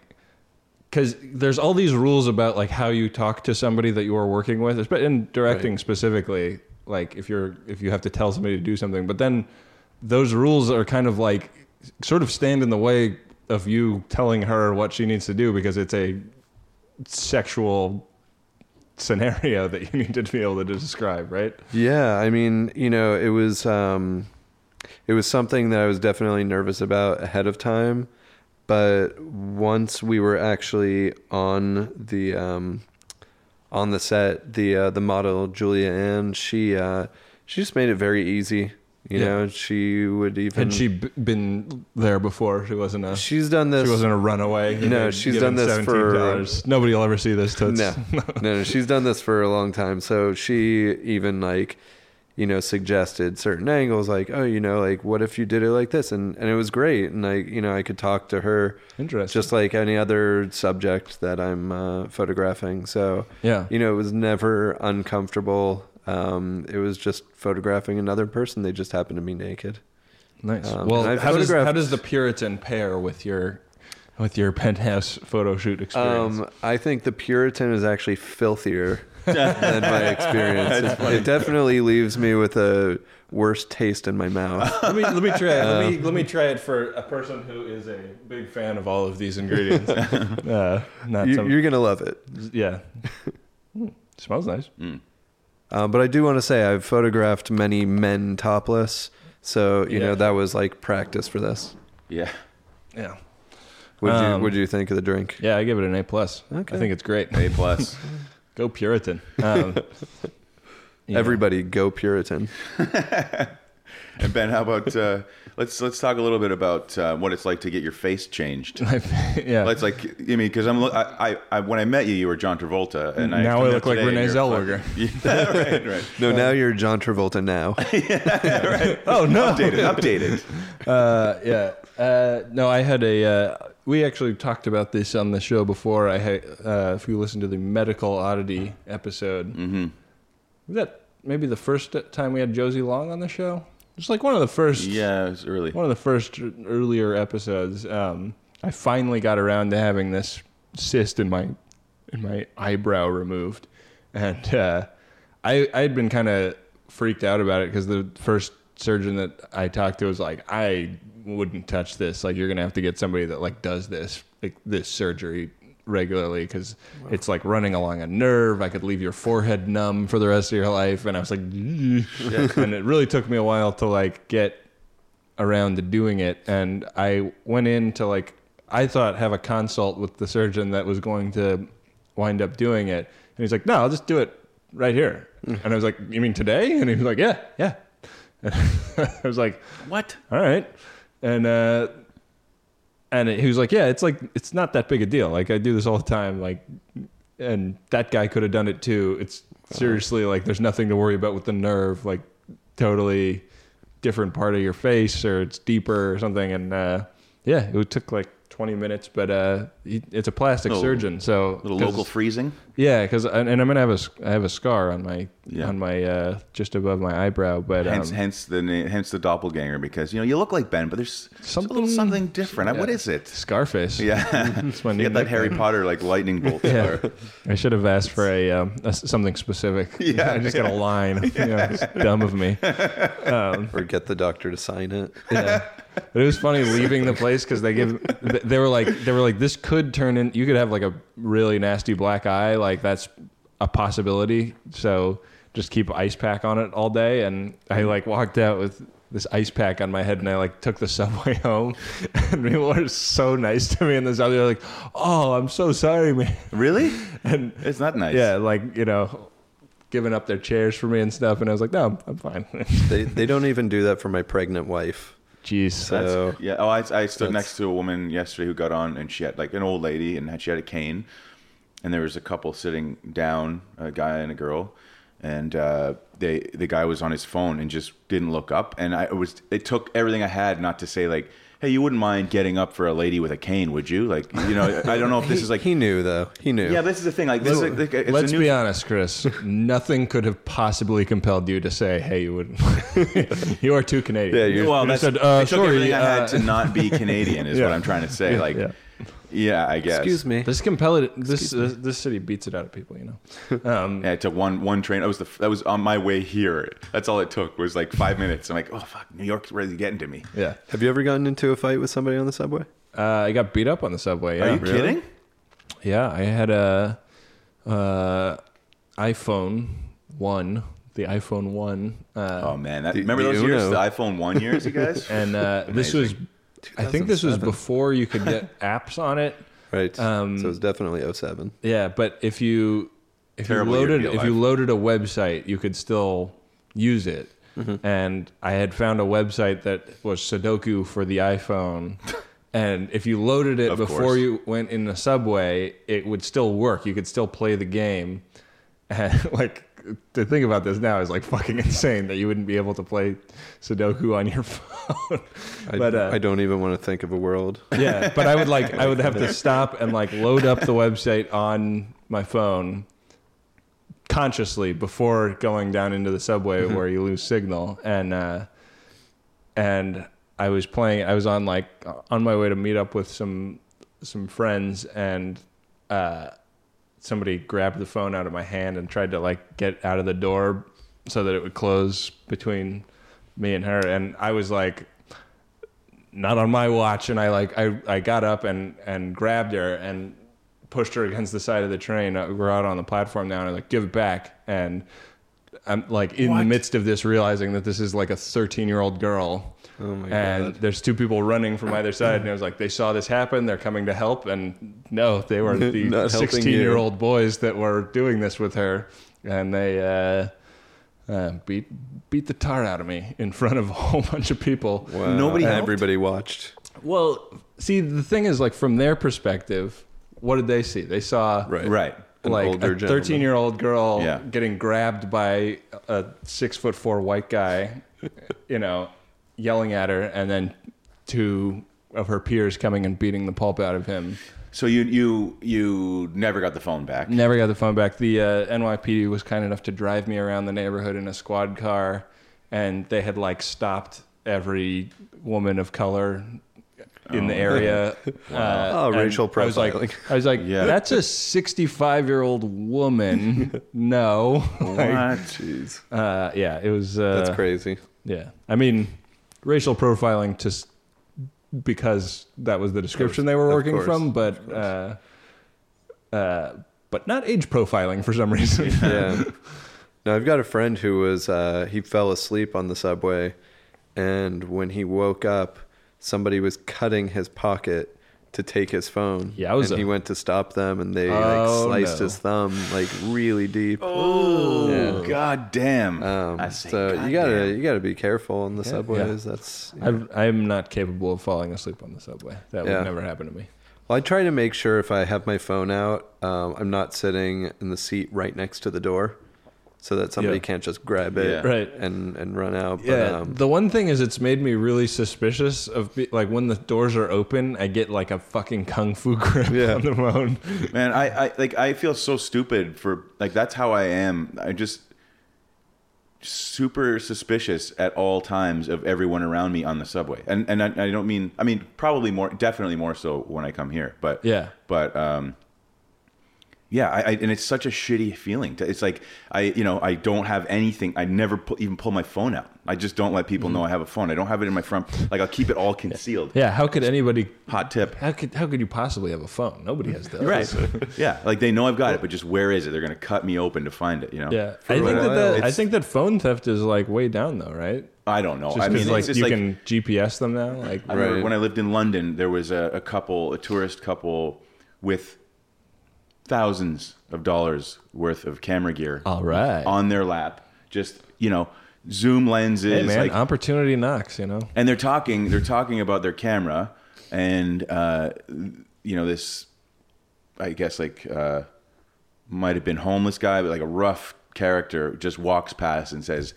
S3: because there's all these rules about like how you talk to somebody that you are working with, but in directing specifically, like if you're if you have to tell somebody to do something, but then those rules are kind of like sort of stand in the way of you telling her what she needs to do because it's a sexual scenario that you need to be able to describe, right?
S4: Yeah, I mean, you know, it was um it was something that I was definitely nervous about ahead of time, but once we were actually on the um on the set, the uh, the model Julia Ann, she uh she just made it very easy. You
S3: Yeah.
S4: know, she would even
S3: Had she b- been there before? She wasn't a.
S4: she's done this
S3: She wasn't a runaway.
S4: No,
S3: They'd
S4: she's
S3: given
S4: done this for-
S3: $17. Nobody will ever see this. Toots.
S4: no, no, no, she's done this for a long time. So she even like, you know, suggested certain angles, like, oh, you know, like what if you did it like this, and and it was great, and I, you know, I could talk to her,
S3: Interesting.
S4: just like any other subject that I'm uh, photographing. So
S3: Yeah.
S4: you know, it was never uncomfortable. Um, it was just photographing another person. They just happened to be naked.
S3: nice.
S4: Um,
S3: well,
S4: and I've
S3: how does,
S4: photographed-
S3: how does the Puritan pair with your with your penthouse photo shoot experience?
S4: Um, I think the Puritan is actually filthier than my experience. It, it definitely leaves me with a worse taste in my mouth.
S3: let me let me try it. Let me
S4: um,
S3: let me try it for a person who is a big fan of all of these ingredients. uh, not
S4: you,
S3: some,
S4: you're gonna love it.
S3: yeah. Hmm, smells nice.
S4: Um, but I do want to say I've photographed many men topless, so you
S3: Yeah.
S4: know that was like practice for this.
S1: Yeah.
S3: Yeah.
S4: Would
S3: Um,
S4: you Would you think of the drink?
S3: Yeah, I give it an A plus. I
S4: Okay.
S3: think it's great.
S1: A plus.
S3: Go Puritan. Um, yeah.
S4: Everybody, go Puritan.
S1: and Ben, how about uh, let's let's talk a little bit about uh, what it's like to get your face changed.
S3: yeah.
S1: Let's like, I mean, because I'm, lo- I, I, I, when I met you, you were John Travolta, and I
S3: Now
S1: come
S3: I
S1: out
S3: look like
S1: today and
S3: Renee
S1: you're
S3: Zellweger.
S1: fucking- Yeah, right, right.
S4: No, now you're John Travolta. Now
S3: oh no.
S1: Updated, updated.
S3: uh, yeah. Uh, no, I had a. Uh, we actually talked about this on the show before. I had, uh, if you listen to the medical oddity episode, mm-hmm. was that maybe the first time we had Josie Long on the show? It's like one of the first.
S1: Yeah, it was early.
S3: One of the first r- earlier episodes. Um, I finally got around to having this cyst in my in my eyebrow removed, and uh, I I had been kind of freaked out about it because the first surgeon that I talked to was like, I wouldn't touch this. Like, you're gonna have to get somebody that like does this like this surgery regularly because it's like running along a nerve. I could leave your forehead numb for the rest of your life, and I was like, and it really took me a while to like get around to doing it and i went in to like i thought have a consult with the surgeon that was going to wind up doing it and he's like no i'll just do it right here and i was like you mean today and he was like yeah yeah and i was like
S1: What?
S3: all right and uh and he was like yeah it's like it's not that big a deal like i do this all the time like and that guy could have done it too it's
S1: Uh-huh.
S3: seriously like there's nothing to worry about with the nerve like totally different part of your face or it's deeper or something and uh yeah it took like 20 minutes but uh he, it's a plastic
S1: Little-
S3: surgeon, so
S1: little
S3: 'cause-
S1: local freezing.
S3: Yeah, because and, and I'm gonna have a s- I have a scar on my
S1: Yeah.
S3: on my uh, just above my eyebrow, but um,
S1: Hence, hence the name, hence the doppelganger because you know you look like Ben, but there's something
S3: Something-
S1: something different. Uh, What
S3: yeah.
S1: is it?
S3: Scarface.
S1: Yeah,
S3: It's my
S1: you
S3: new
S1: get that Harry
S3: nickname.
S1: Potter like lightning bolt.
S3: Yeah.
S1: scar.
S3: I should have asked for a, um, a s- something specific.
S1: Yeah.
S3: I just got a line. You know, it's dumb of me.
S4: or get the doctor to sign it.
S3: Yeah. But it was funny leaving the place because they give th- they were like they were like this could turn in you could have like a really nasty black eye like that's a possibility so just keep ice pack on it all day and I like walked out with this ice pack on my head and I like took the subway home and people were so nice to me and this other like oh I'm so sorry man
S1: Really?
S3: and
S1: It's not nice.
S3: yeah like you know giving up their chairs for me and stuff and I was like no I'm, I'm fine
S4: They they don't even do that for my pregnant wife.
S3: jeez
S1: That's-
S4: So-
S1: yeah. Oh, I, I stood
S4: That's-
S1: next to a woman yesterday who got on, and she had like an old lady, and had, she had a cane, and there was a couple sitting down, a guy and a girl, and uh, they the guy was on his phone and just didn't look up, and I it was it took everything I had not to say like, hey, you wouldn't mind getting up for a lady with a cane, would you? Like, you know, I don't know if this
S4: He-
S1: is like.
S4: he knew though. He knew.
S1: yeah, this is the thing. Like, this is, like, it's
S3: Let's
S1: a new
S3: be honest, Chris. Nothing could have possibly compelled you to say, "Hey, you wouldn't." you are too Canadian.
S4: Yeah, you're-
S1: well,
S3: You
S1: that's,
S3: said, uh,
S1: it took
S3: sorry,
S1: everything I
S3: uh,
S1: had to not be Canadian, is what I'm trying to say. Like,
S3: yeah.
S1: yeah, I guess.
S4: Excuse me.
S3: this compelled this, this this city beats it out of people. You know, um,
S1: Yeah, I took one one train. I was the that was on my way here. That's all it took was like five minutes. I'm like, oh fuck, New York's really getting to me.
S3: yeah.
S4: Have you ever gotten into a fight with somebody on the subway?
S3: Uh, I got beat up on the subway.
S1: Are
S3: yeah.
S1: you kidding?
S3: Yeah, I had a uh, iPhone one, the iPhone one, uh,
S1: Oh man, that,
S4: The-
S1: remember
S4: the
S1: those years,
S4: Uno.
S1: the iPhone one years, you guys?
S3: and uh, this was. I think this was before you could get apps on it.
S4: Right.
S3: Um,
S4: so it's definitely 07.
S3: Yeah, but if you if
S1: Terrible
S3: you
S1: year to
S3: loaded
S1: be
S3: if
S1: alive.
S3: you loaded a website, you could still use it.
S1: Mm-hmm.
S3: And I had found a website that was Sudoku for the iPhone. And if you loaded it
S1: Of
S3: before
S1: course.
S3: you went in the subway, it would still work. You could still play the game. And like to think about this now is like fucking insane that you wouldn't be able to play Sudoku on your phone. uh,
S4: I, I don't even want to think of a world.
S3: Yeah, but I would like I would have to stop and like load up the website on my phone consciously before going down into the subway where you lose signal and uh and I was playing I was on like on my way to meet up with some some friends and uh somebody grabbed the phone out of my hand and tried to like get out of the door so that it would close between me and her and I was like not on my watch and i like i, I got up and and grabbed her and pushed her against the side of the train Uh, we're out on the platform now and i like give it back and i'm like in the
S1: What?
S3: midst of this realizing that this is like a 13 year old girl
S4: Oh my
S3: and
S4: God.
S3: there's two people running from either side and i was like they saw this happen they're coming to help and no they were the
S4: Not helping
S3: 16 year old boys that were doing this with her and they uh uh, beat beat the tar out of me in front of a whole bunch of people.
S4: Wow.
S1: Nobody helped?
S4: Everybody watched.
S3: Well, see, the thing is, like, from their perspective, what did they see? They saw
S4: Right.
S1: right.
S4: An
S3: like
S4: older
S3: a
S4: gentleman.
S3: thirteen-year-old girl
S1: Yeah.
S3: getting grabbed by a six-foot-four white guy, you know, yelling at her, and then two of her peers coming and beating the pulp out of him.
S1: So you you you never got the phone back.
S3: Never got the phone back. The uh, NYPD was kind enough to drive me around the neighborhood in a squad car, and they had like stopped every woman of color in the area. Uh,
S4: Oh,
S3: and
S4: racial
S3: I was like,
S4: profiling.
S3: I was like
S1: Yeah.
S3: that's a 65 year old woman. no. Like,
S1: What?
S4: Jeez.
S3: uh, yeah, it was. Uh,
S4: That's crazy.
S3: Yeah, I mean, racial profiling just because that was the description they were
S4: Of
S3: working
S4: course,
S3: from, but uh, uh, but not age profiling for some reason.
S4: yeah. Now I've got a friend who was uh, he fell asleep on the subway, and when he woke up, somebody was cutting his pocket to take his phone.
S3: Yowza.
S4: and he went to stop them, and they
S3: Oh,
S4: like sliced
S3: no.
S4: his thumb like really deep.
S1: Oh god damn!
S4: Um,
S1: I say,
S4: so
S1: God
S4: you gotta
S1: damn.
S4: you gotta be careful on the subways. That's
S3: I've, I'm not capable of falling asleep on the subway. That
S4: Yeah.
S3: would never happen to me.
S4: Well, I try to make sure if I have my phone out, um, I'm not sitting in the seat right next to the door. so that somebody
S3: Yeah.
S4: can't just grab it
S1: Yeah.
S3: Right.
S4: and and run out. But,
S3: Yeah.
S4: um,
S3: the one thing is, it's made me really suspicious of be- like when the doors are open, I get like a fucking kung fu grip
S4: Yeah.
S3: on the phone.
S1: Man, I, I like I feel so stupid for like that's how I am. I just super suspicious at all times of everyone around me on the subway. And and I, I don't mean I mean probably more definitely more so when I come here. But
S3: Yeah.
S1: But um yeah, I, I and it's such a shitty feeling. to- It's like I, you know, I don't have anything. I never pu- even pull my phone out. I just don't let people know I have a phone. I don't have it in my front. Like I'll keep it all concealed.
S3: Mm-hmm. Yeah, how could anybody?
S1: Hot tip.
S3: How could how could you possibly have a phone? Nobody has that.
S1: Right. yeah. Like they know I've got it, but just where is it? They're gonna cut me open to find it. You know.
S3: Yeah,
S4: For
S3: I
S4: a
S3: think that, that
S4: while.
S3: I
S1: It's-
S3: think that phone theft is like way down though, right?
S1: I don't know.
S3: Just
S1: I mean,
S3: because
S1: it's
S3: like
S1: just
S3: you
S1: like
S3: can GPS them now. Like
S1: I remember
S4: Right.
S1: when I lived in London, there was a, a couple, a tourist couple, with thousands of dollars worth of camera gear
S3: all right,
S1: on their lap. Just you know, zoom lenses,
S3: hey man,
S1: like
S3: opportunity knocks. You know,
S1: and they're talking they're talking about their camera and uh you know this i guess like uh might have been homeless guy but like a rough character just walks past and says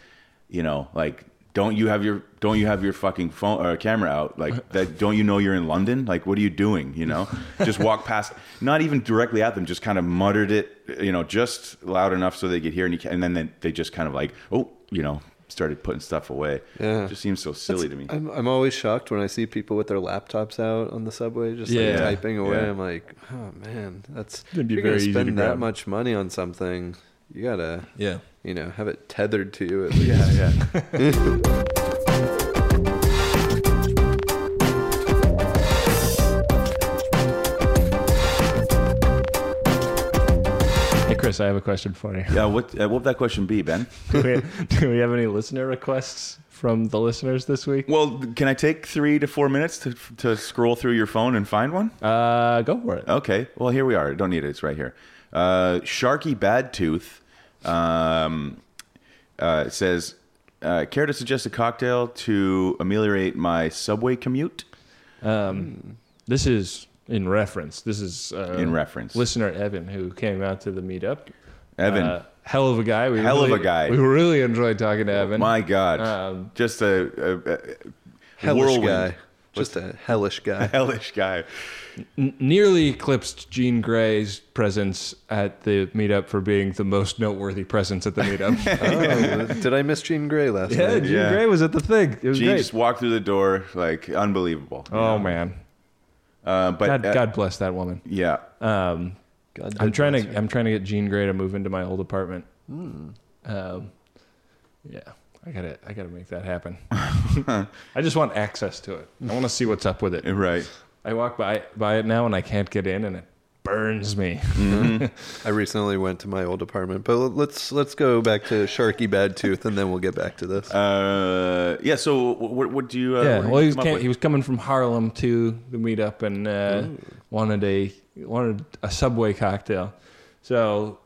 S1: you know like don't you have your don't you have your fucking phone or camera out like that don't you know you're in london like what are you doing you know just walk past not even directly at them just kind of muttered it you know just loud enough so they could hear and, you can, and then they, they just kind of like oh you know started putting stuff away
S4: Yeah.
S1: just seems so silly to me
S4: I'm, I'm always shocked when I see people with their laptops out on the subway, just
S3: Yeah.
S4: like typing away.
S1: Yeah.
S4: I'm like, oh man, that's
S3: It'd be
S4: you're gonna
S3: very easy to
S4: spend that
S3: grab.
S4: much money on something. You gotta,
S3: yeah.
S4: you know, have it tethered to you. At least.
S1: yeah.
S3: Hey Chris, I have a question for you.
S1: Yeah, what uh, what would that question be, Ben?
S3: do, we, do we have any listener requests from the listeners this week?
S1: Well, can I take three to four minutes to to scroll through your phone and find one?
S3: Uh, go for it.
S1: Okay. Well, here we are. Don't need it. It's right here. Uh, Sharky Bad Tooth um, uh, says, uh, "Care to suggest a cocktail to ameliorate my subway commute?"
S3: Um, this is in reference. This is uh,
S1: In reference.
S3: listener Evan who came out to the meetup.
S1: Evan,
S3: Uh, hell of a guy. We
S1: Hell of
S3: really-
S1: a guy.
S3: We really enjoyed talking to Evan.
S1: my God,
S3: um,
S1: just a, a, a
S4: Hellish
S1: whirlwind.
S4: guy, just a hellish guy.
S1: Hellish guy.
S3: N- nearly eclipsed Jean Grey's presence at the meetup for being the most noteworthy presence at the meetup.
S4: Oh, did I miss Jean Grey last
S3: yeah,
S4: night?
S3: Jean
S1: Yeah.
S3: Grey was at the thing. It was
S1: Gene
S3: great.
S1: just walked through the door like unbelievable.
S3: oh man,
S1: Uh, but
S3: God,
S1: uh,
S3: God bless that woman.
S1: yeah,
S3: Um,
S4: God
S3: I'm
S4: did
S3: trying
S4: bless
S3: to I'm trying to get Jean Grey to move into my old apartment.
S1: Hmm.
S3: Um, yeah, I gotta I gotta make that happen. I just want access to it. I want to see what's up with it.
S1: right.
S3: I walk by by it now and I can't get in, and it burns me.
S1: Mm-hmm.
S4: I recently went to my old apartment, but let's let's go back to Sharky Bad Tooth, and then we'll get back to this.
S1: Uh, yeah. So what, what do you? Uh,
S3: yeah,
S1: what do
S3: well,
S1: you
S3: he was,
S1: come up
S3: came,
S1: with?
S3: he was coming from Harlem to the meetup and uh, wanted a wanted a Subway cocktail. So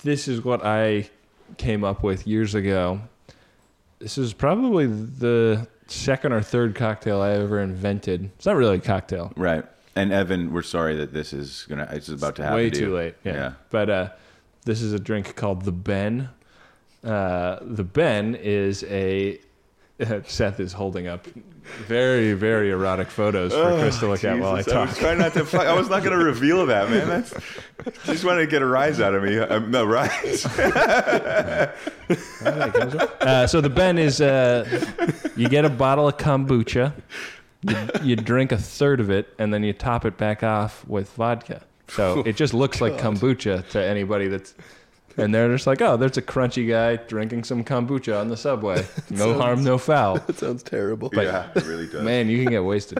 S3: this is what I came up with years ago. This is probably the second or third cocktail I ever invented. It's not really a cocktail.
S1: right. And Evan, we're sorry that this is gonna. It's about to happen.
S3: Way
S1: to
S3: too
S1: you.
S3: late. Yeah.
S1: Yeah.
S3: But uh, this is a drink called the Ben. Uh, the Ben is a. Seth is holding up very, very erotic photos for Chris to look at while I
S1: Oh, Jesus,
S3: talk.
S1: was trying not to. fu- I was not going to reveal that, man. That's just wanted to get a rise out of me. Um, no rise.
S3: Uh, so the Ben is uh, you get a bottle of kombucha, you, you drink a third of it, and then you top it back off with vodka. So it just looks like kombucha to anybody that's. And they're just like, oh, there's a crunchy guy drinking some kombucha on the subway. No harm, no foul.
S4: That sounds terrible.
S1: yeah, it really does.
S3: Man, you can get wasted.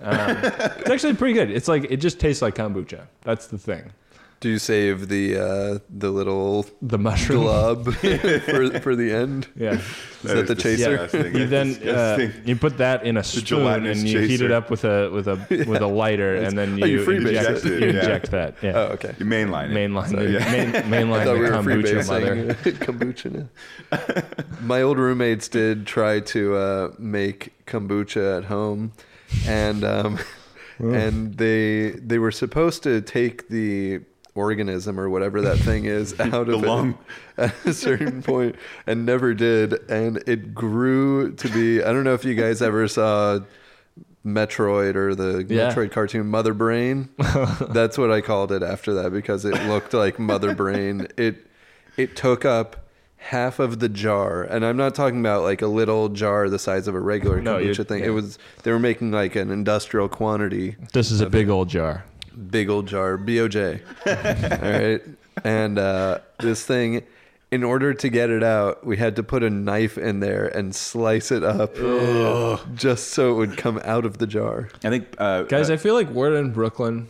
S3: Um, it's actually pretty good. It's like it just tastes like kombucha. That's the thing.
S4: Do you save the uh, the little
S3: The mushroom.
S4: glob for for the end?
S3: Yeah.
S4: Is that, the chaser?
S1: disgusting. That's
S3: You then uh,
S1: disgusting.
S3: you put that in a spoon
S1: gelatinous
S3: and you heat it
S1: chaser.
S3: up with a with a with a lighter and then
S4: Oh, you
S3: you,
S4: freebase
S3: inject,
S1: it.
S3: you
S1: Yeah.
S3: inject that. Yeah.
S4: Oh, okay.
S1: you mainline it.
S3: Mainline the,
S1: yeah.
S3: main,
S4: I
S3: mainline the
S4: thought we were
S3: kombucha
S4: freebasing
S3: mother.
S4: kombucha. now. My old roommates did try to uh, make kombucha at home, and um, and they they were supposed to take the organism or whatever that thing is out
S1: The
S4: of it
S1: lung.
S4: at a certain point and never did and it grew to be i don't know if you guys ever saw metroid or the
S3: Yeah.
S4: metroid cartoon mother brain that's what i called it after that because it looked like mother brain it it took up half of the jar and i'm not talking about like a little jar the size of a regular
S3: No, you-
S4: kombucha thing
S3: yeah.
S4: it was they were making like an industrial quantity
S3: This is a big old jar.
S4: big old jar boj all right and uh, this thing in order to get it out we had to put a knife in there and slice it up just so it would come out of the jar
S1: I think uh,
S3: Guys,
S1: uh,
S3: I feel like we're in Brooklyn.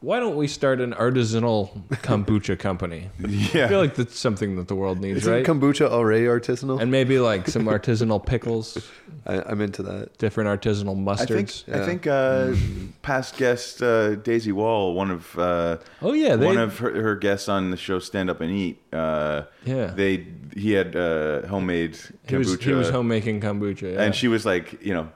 S3: Why don't we start an artisanal kombucha company?
S1: yeah,
S3: I feel like that's something that the world needs,
S4: isn't
S3: right?
S4: kombucha already artisanal
S3: and maybe like some artisanal pickles,
S4: I, i'm into that
S3: different artisanal
S1: I think
S3: mustards.
S1: I think uh, past guest uh, Daisy Wall, one of uh,
S3: Oh, yeah, they-
S1: one of her, her guests on the show Stand Up and Eat. Uh,
S3: Yeah.
S1: they he had uh, homemade kombucha,
S3: he was he was homemaking kombucha, yeah.
S1: and she was like, you know.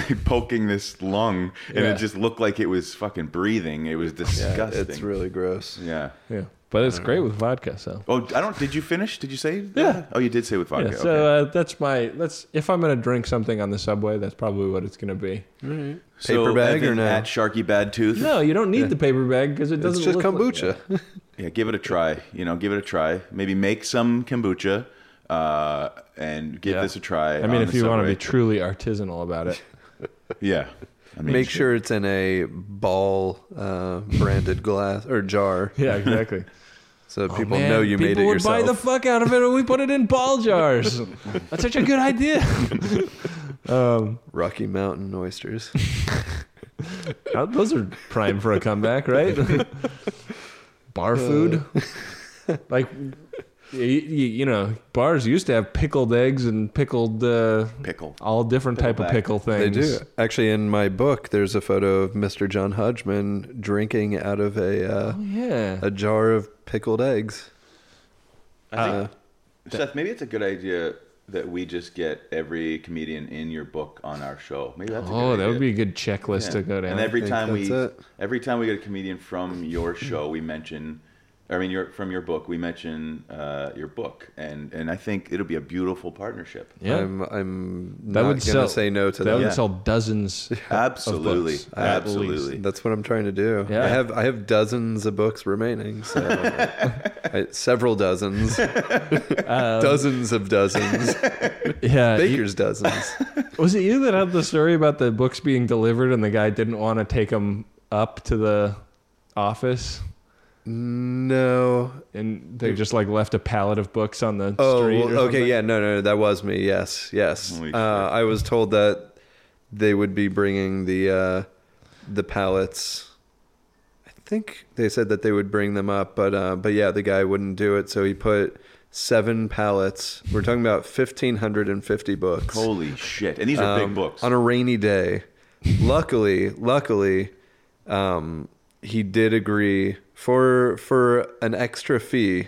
S1: poking this lung and
S3: Yeah.
S1: it just looked like it was fucking breathing it was disgusting
S4: it's really gross
S1: yeah
S3: yeah. But it's great with vodka, so.
S1: oh i don't did you finish did you say that? oh you did say with
S3: Yeah,
S1: vodka
S3: so
S1: okay.
S3: uh, that's my that's if I'm gonna drink something on the subway, that's probably what it's gonna be.
S1: So,
S4: paper bag
S1: Evan
S4: or no?
S1: at sharky bad tooth
S3: No, you don't need the paper bag because it
S4: it's
S3: doesn't
S4: just
S3: look like-
S4: kombucha
S1: Yeah, give it a try. You know, give it a try. Maybe make some kombucha uh, and give
S3: Yeah.
S1: this a try.
S3: I
S1: on
S3: mean, if
S1: the
S3: you want to
S1: subway.
S3: be truly artisanal about it,
S1: yeah. I mean,
S4: make sure it's in a ball uh, branded glass or jar
S3: yeah, exactly.
S4: so
S3: Oh,
S4: people
S3: man,
S4: know you made it
S3: people would
S4: yourself
S3: buy the fuck out of it when we put it in ball jars. That's such a good idea. um,
S4: rocky mountain oysters
S3: uh, those are prime for a comeback, right? Bar food, like you, you know, bars used to have pickled eggs and pickled uh,
S1: pickle.
S3: all different type of
S1: Pickleback.
S3: pickle
S4: They
S3: things.
S4: do. Actually, in my book, there's a photo of Mr. John Hodgman drinking out of a uh,
S3: Oh yeah.
S4: a jar of pickled eggs.
S1: I think,
S4: Uh,
S1: Seth, maybe it's a good idea that we just get every comedian in your book on our show. Maybe that's a good
S3: Oh, that
S1: idea.
S3: would be a good checklist
S1: Yeah.
S3: to go down.
S1: And every
S4: think
S1: time we,
S4: that's it.
S1: every time we get a comedian from your show, we mention, I mean, your from your book, we mention uh, your book, and and I think it'll be a beautiful partnership.
S3: yeah,
S4: I'm I'm
S3: that
S4: not
S3: would
S4: gonna
S3: sell,
S4: say no to
S3: That
S4: that.
S3: would
S1: Yeah.
S3: sell dozens.
S1: Absolutely,
S3: Of books, at least.
S1: absolutely.
S4: That's what I'm trying to do.
S3: Yeah.
S4: I have I have dozens of books remaining, so I, several dozens, dozens of dozens,
S3: Yeah, Um, Uh, you-
S4: baker's dozens.
S3: Was it you that had the story about the books being delivered and the guy didn't want to take them up to the office
S4: No,
S3: and they just like left a pallet of books on the
S4: Oh,
S3: street?
S4: well,
S3: or
S4: okay,
S3: something?
S4: yeah, no, no, that was me. Yes, yes.
S1: Holy
S4: Uh, I was told that they would be bringing the uh, the pallets. I think they said that they would bring them up, but uh, but yeah, the guy wouldn't do it, so he put seven pallets. We're talking about fifteen hundred and fifty books
S1: Holy shit! And these are
S4: um,
S1: big books.
S4: on a rainy day. luckily, luckily, um, he did agree for for an extra fee.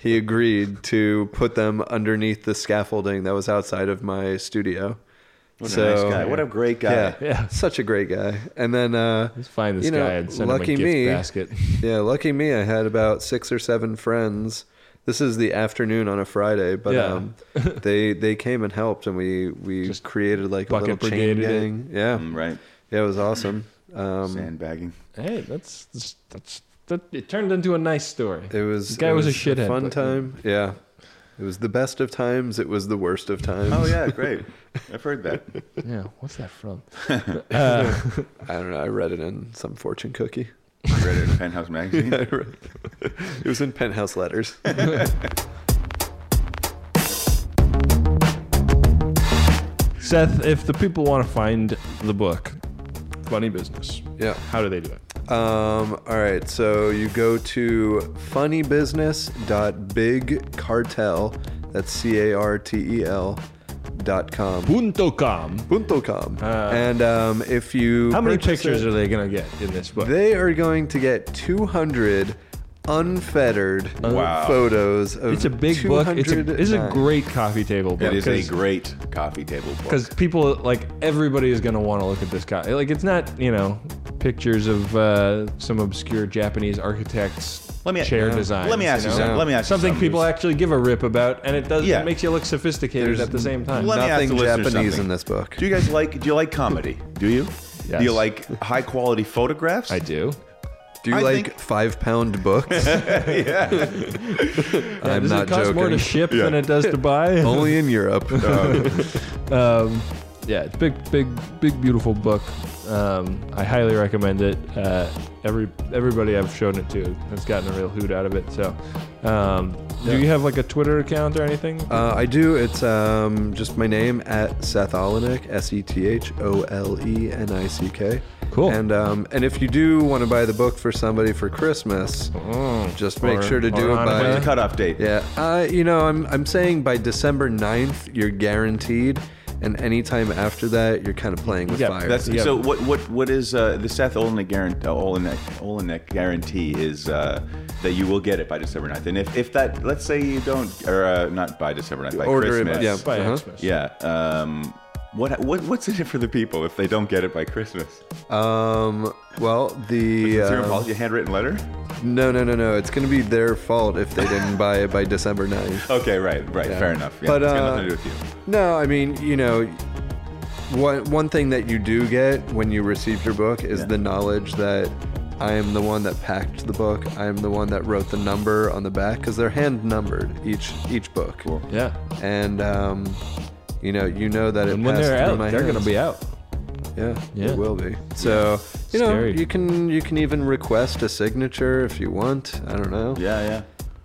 S4: he agreed to put them underneath the scaffolding that was outside of my studio.
S1: What
S4: so,
S1: a nice guy! What a great guy!
S4: Yeah,
S3: Yeah.
S4: such a great guy. And then, uh,
S3: Let's find this
S4: you know,
S3: guy and send
S4: lucky
S3: him a gift
S4: me.
S3: basket.
S4: yeah, lucky me, I had about six or seven friends. This is the afternoon on a Friday, but
S3: Yeah.
S4: um, they they came and helped, and we we
S3: Just
S4: created like a
S3: bucket
S4: little chain
S3: brigaded it.
S4: gang. Yeah,
S1: Mm, right.
S4: yeah, it was awesome. Um,
S1: Sandbagging.
S3: Hey, that's that's, that's that. It turned into a nice story.
S4: it was.
S3: The guy
S4: it
S3: was a shithead,
S4: Fun
S3: but-
S4: time. Yeah, it was the best of times. It was the worst of times.
S1: Oh yeah, great. I've heard that.
S3: Yeah, what's that from? Uh,
S4: I don't know. I read it in some fortune cookie.
S1: I read it in Penthouse magazine.
S4: I read- it was in penthouse letters.
S3: Seth, if the people want to find the book, Funny Business,
S4: Yeah.
S3: how do they do it?
S4: Um, all right, so you go to funnybusiness.bigcartel, that's C-A-R-T-E-L, E dot com,
S3: Punto com.
S4: punto com.
S3: Uh,
S4: and um, if you...
S3: How many
S4: purchase
S3: pictures
S4: it-
S3: are they gonna get in this book?
S4: They are going to get 200 unfettered
S1: Wow.
S4: photos of
S3: Uh. It's a big book. It's a,
S4: 209.
S3: it's a great coffee table book.
S1: It is a
S3: 'cause-
S1: great coffee table book.
S3: because people like everybody is gonna want to look at this guy. Like it's not you know pictures of uh, some obscure Japanese architects
S1: Let me-
S3: chair
S1: yeah.
S3: design.
S1: Let me ask you
S3: know?
S1: something. Let me ask you
S3: something
S1: something.
S3: people actually give a rip about, and it does
S1: Yeah.
S3: it makes you look sophisticated
S4: There's
S3: at the same time.
S1: Let me ask
S4: Nothing
S1: the listeners
S4: Japanese
S1: something.
S4: in this book.
S1: Do you guys like? Do you like comedy? Do you?
S3: Yes.
S1: Do you like high quality photographs?
S3: I do.
S4: Do you
S1: I
S4: like
S1: think-
S4: five pound books? I'm
S3: does
S4: not
S3: it cost
S4: joking.
S3: more to ship than it does to buy?
S4: Only in Europe.
S3: um, yeah, it's big, big, big, beautiful book. Um, I highly recommend it. Uh, every everybody I've shown it to has gotten a real hoot out of it. So, um, do you have like a Twitter account or anything?
S4: Uh, I do. It's um, just my name at Seth Olenek, S E T H O L E N I C K.
S3: Cool.
S4: And um, and if you do want to buy the book for somebody for Christmas,
S3: Mm.
S4: just make
S3: Or-
S4: sure to do
S3: or
S4: it
S3: on
S1: When's
S4: by
S1: the cutoff date?
S4: yeah. Uh, you know, I'm I'm saying by December 9th, you're guaranteed, and anytime after that, you're kind of playing with
S3: Yeah,
S4: fire.
S1: That's
S3: Yeah.
S1: so. What what what is uh, the Seth Olenek guarantee? Uh, Olenek, Olenek guarantee is uh, that you will get it by December 9th. And if, if that, let's say you don't, or uh, not by December 9th, by
S4: Order it by-
S1: Christmas.
S3: by
S4: Uh-huh.
S3: Xmas.
S1: yeah. Um, what what what's in it for the people if they don't get it by Christmas?
S4: um. Well, the
S1: Is there
S4: um,
S1: a policy- handwritten letter?
S4: no, no, no, no. It's gonna be their fault if they didn't buy it by December 9th.
S1: Okay, right, right, fair enough. Yeah,
S4: But,
S1: it's got
S4: uh,
S1: nothing to do with you.
S4: No, I mean, you know, one one thing that you do get when you received your book is
S1: Yeah.
S4: the knowledge that I am the one that packed the book. I am the one that wrote the number on the back because they're hand numbered each each book. Cool.
S3: Yeah.
S4: And um, you know, you know that it.
S3: And when
S4: passed
S3: they're
S4: through
S3: out,
S4: my
S3: they're gonna
S4: hands.
S3: be out.
S4: Yeah,
S3: Yeah.
S4: it will be. So you know,
S3: Scary.
S4: you can you can even request a signature if you want. I don't know.
S1: Yeah, yeah.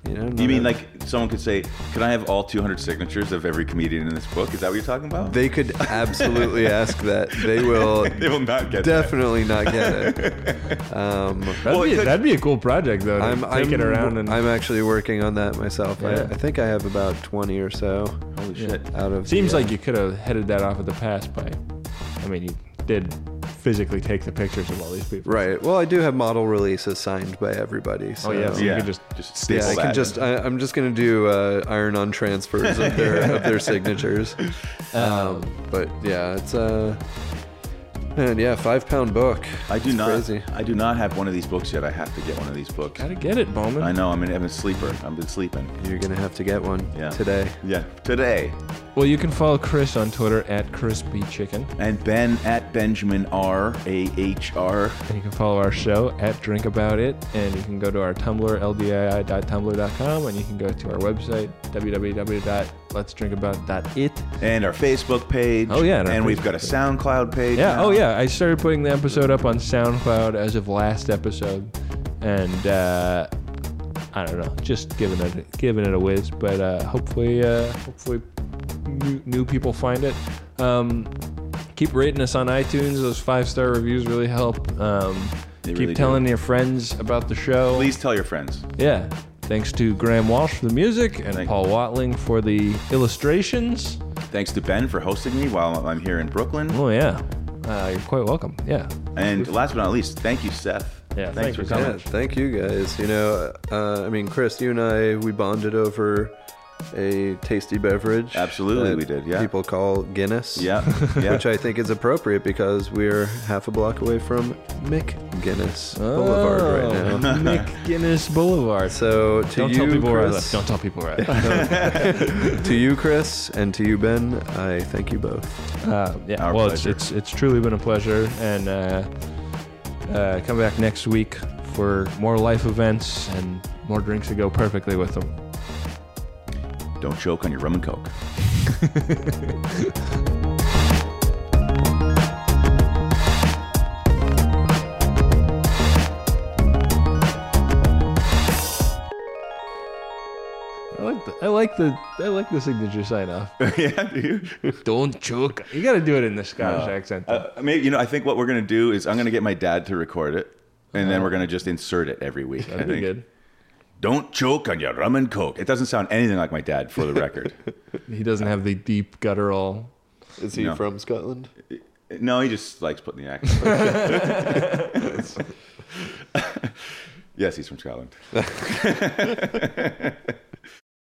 S4: You know.
S1: You
S4: not
S1: mean
S4: a-
S1: like someone could say, "Can I have all 200 signatures of every comedian in this book?" Is that what you're talking about?
S4: They could absolutely ask that. They will
S1: They will not get that.
S4: definitely not get it. Um,
S3: That'd,
S1: Well,
S3: be,
S1: it could-
S3: that'd be a cool project though. To
S4: I'm,
S3: take
S4: I'm,
S3: it around and
S4: I'm actually working on that myself. I,
S3: Yeah.
S4: I think I have about 20 or so
S1: Holy shit.
S4: out of.
S3: Seems
S4: the, uh,
S3: like you could have headed that off at the pass by. I mean, you did physically take the pictures of all these people.
S4: Right. Well, I do have model releases signed by everybody. So.
S3: Oh yeah. So
S1: Yeah.
S3: You could just
S1: Just
S4: Yeah,
S1: staple
S4: I
S1: that.
S4: can just. I, I'm just gonna do uh, iron-on transfers of their of their signatures.
S3: Uh,
S4: Um, but yeah, it's uh, and yeah, five-pound book.
S1: I do
S4: It's
S1: not.
S4: Crazy.
S1: I do not have one of these books yet. I have to get one of these books.
S3: gotta get it, Bowman.
S1: I know. I'm in. I'm a sleeper. I've been sleeping.
S4: You're gonna have to get one
S1: Yeah.
S4: today.
S1: Yeah. Today.
S3: Well, you can follow Chris on Twitter at Chris B Chicken,
S1: And Ben at Benjamin R A H R.
S3: and you can follow our show at Drink About It, and you can go to our Tumblr ldii.tumblr.com, and you can go to our website www.letsdrinkaboutit.
S1: And our Facebook page.
S3: Oh, yeah, and our
S1: And we've
S3: Facebook
S1: got a
S3: page.
S1: SoundCloud page.
S3: Yeah.
S1: now.
S3: Oh yeah. I started putting the episode up on SoundCloud as of last episode, and uh, I don't know, just giving it giving it a whiz. But uh, hopefully, uh, hopefully, new, new people find it. Um, keep rating us on iTunes. Those five star reviews really help. Um,
S1: They
S3: keep
S1: really do.
S3: telling your friends about the show.
S1: Please tell your friends.
S3: Yeah. Thanks to Graham Walsh for the music and
S1: Thank-
S3: Paul Watling for the illustrations.
S1: Thanks to Ben for hosting me while I'm here in Brooklyn.
S3: Oh yeah. Uh, you're quite welcome. Yeah.
S1: And last but not least, thank you, Seth.
S3: Yeah,
S1: Thanks
S3: thank
S1: for
S3: you,
S1: coming.
S4: Yeah, thank you guys. You know, uh, I mean, Chris, you and I, we bonded over a tasty beverage.
S1: Absolutely,
S4: that
S1: we did, yeah.
S4: People call Guinness.
S1: Yeah. Yeah.
S4: Which I think is appropriate because we're half a block away from McGuinness Boulevard
S1: Oh.
S4: right now.
S3: McGuinness Oh, Boulevard.
S4: So to
S3: Don't
S4: you,
S3: tell people where I live.
S4: Chris,
S3: Don't tell people where I
S4: to you, Chris, and to you, Ben, I thank you both.
S3: live. uh, yeah.
S1: Our
S3: well, it's,
S1: pleasure.
S3: it's it's truly been a pleasure, and uh, uh, come back next week for more life events and more drinks that go perfectly with them.
S1: Don't choke on your rum and coke.
S3: I like the I like the I like the signature sign off.
S1: yeah, dude.
S3: Don't choke. You got to do it in the Scottish accent. though.
S1: Uh, maybe you know. I think what we're gonna do is I'm gonna get my dad to record it, and then we're gonna just insert it every week. I
S3: Uh-huh. That'd be
S1: think.
S3: good.
S1: Don't choke on your rum and coke. It doesn't sound anything like my dad, for the record.
S3: He doesn't have the deep guttural.
S4: Is he
S1: No.
S4: from Scotland?
S1: no, he just likes putting the accent. yes, he's from Scotland.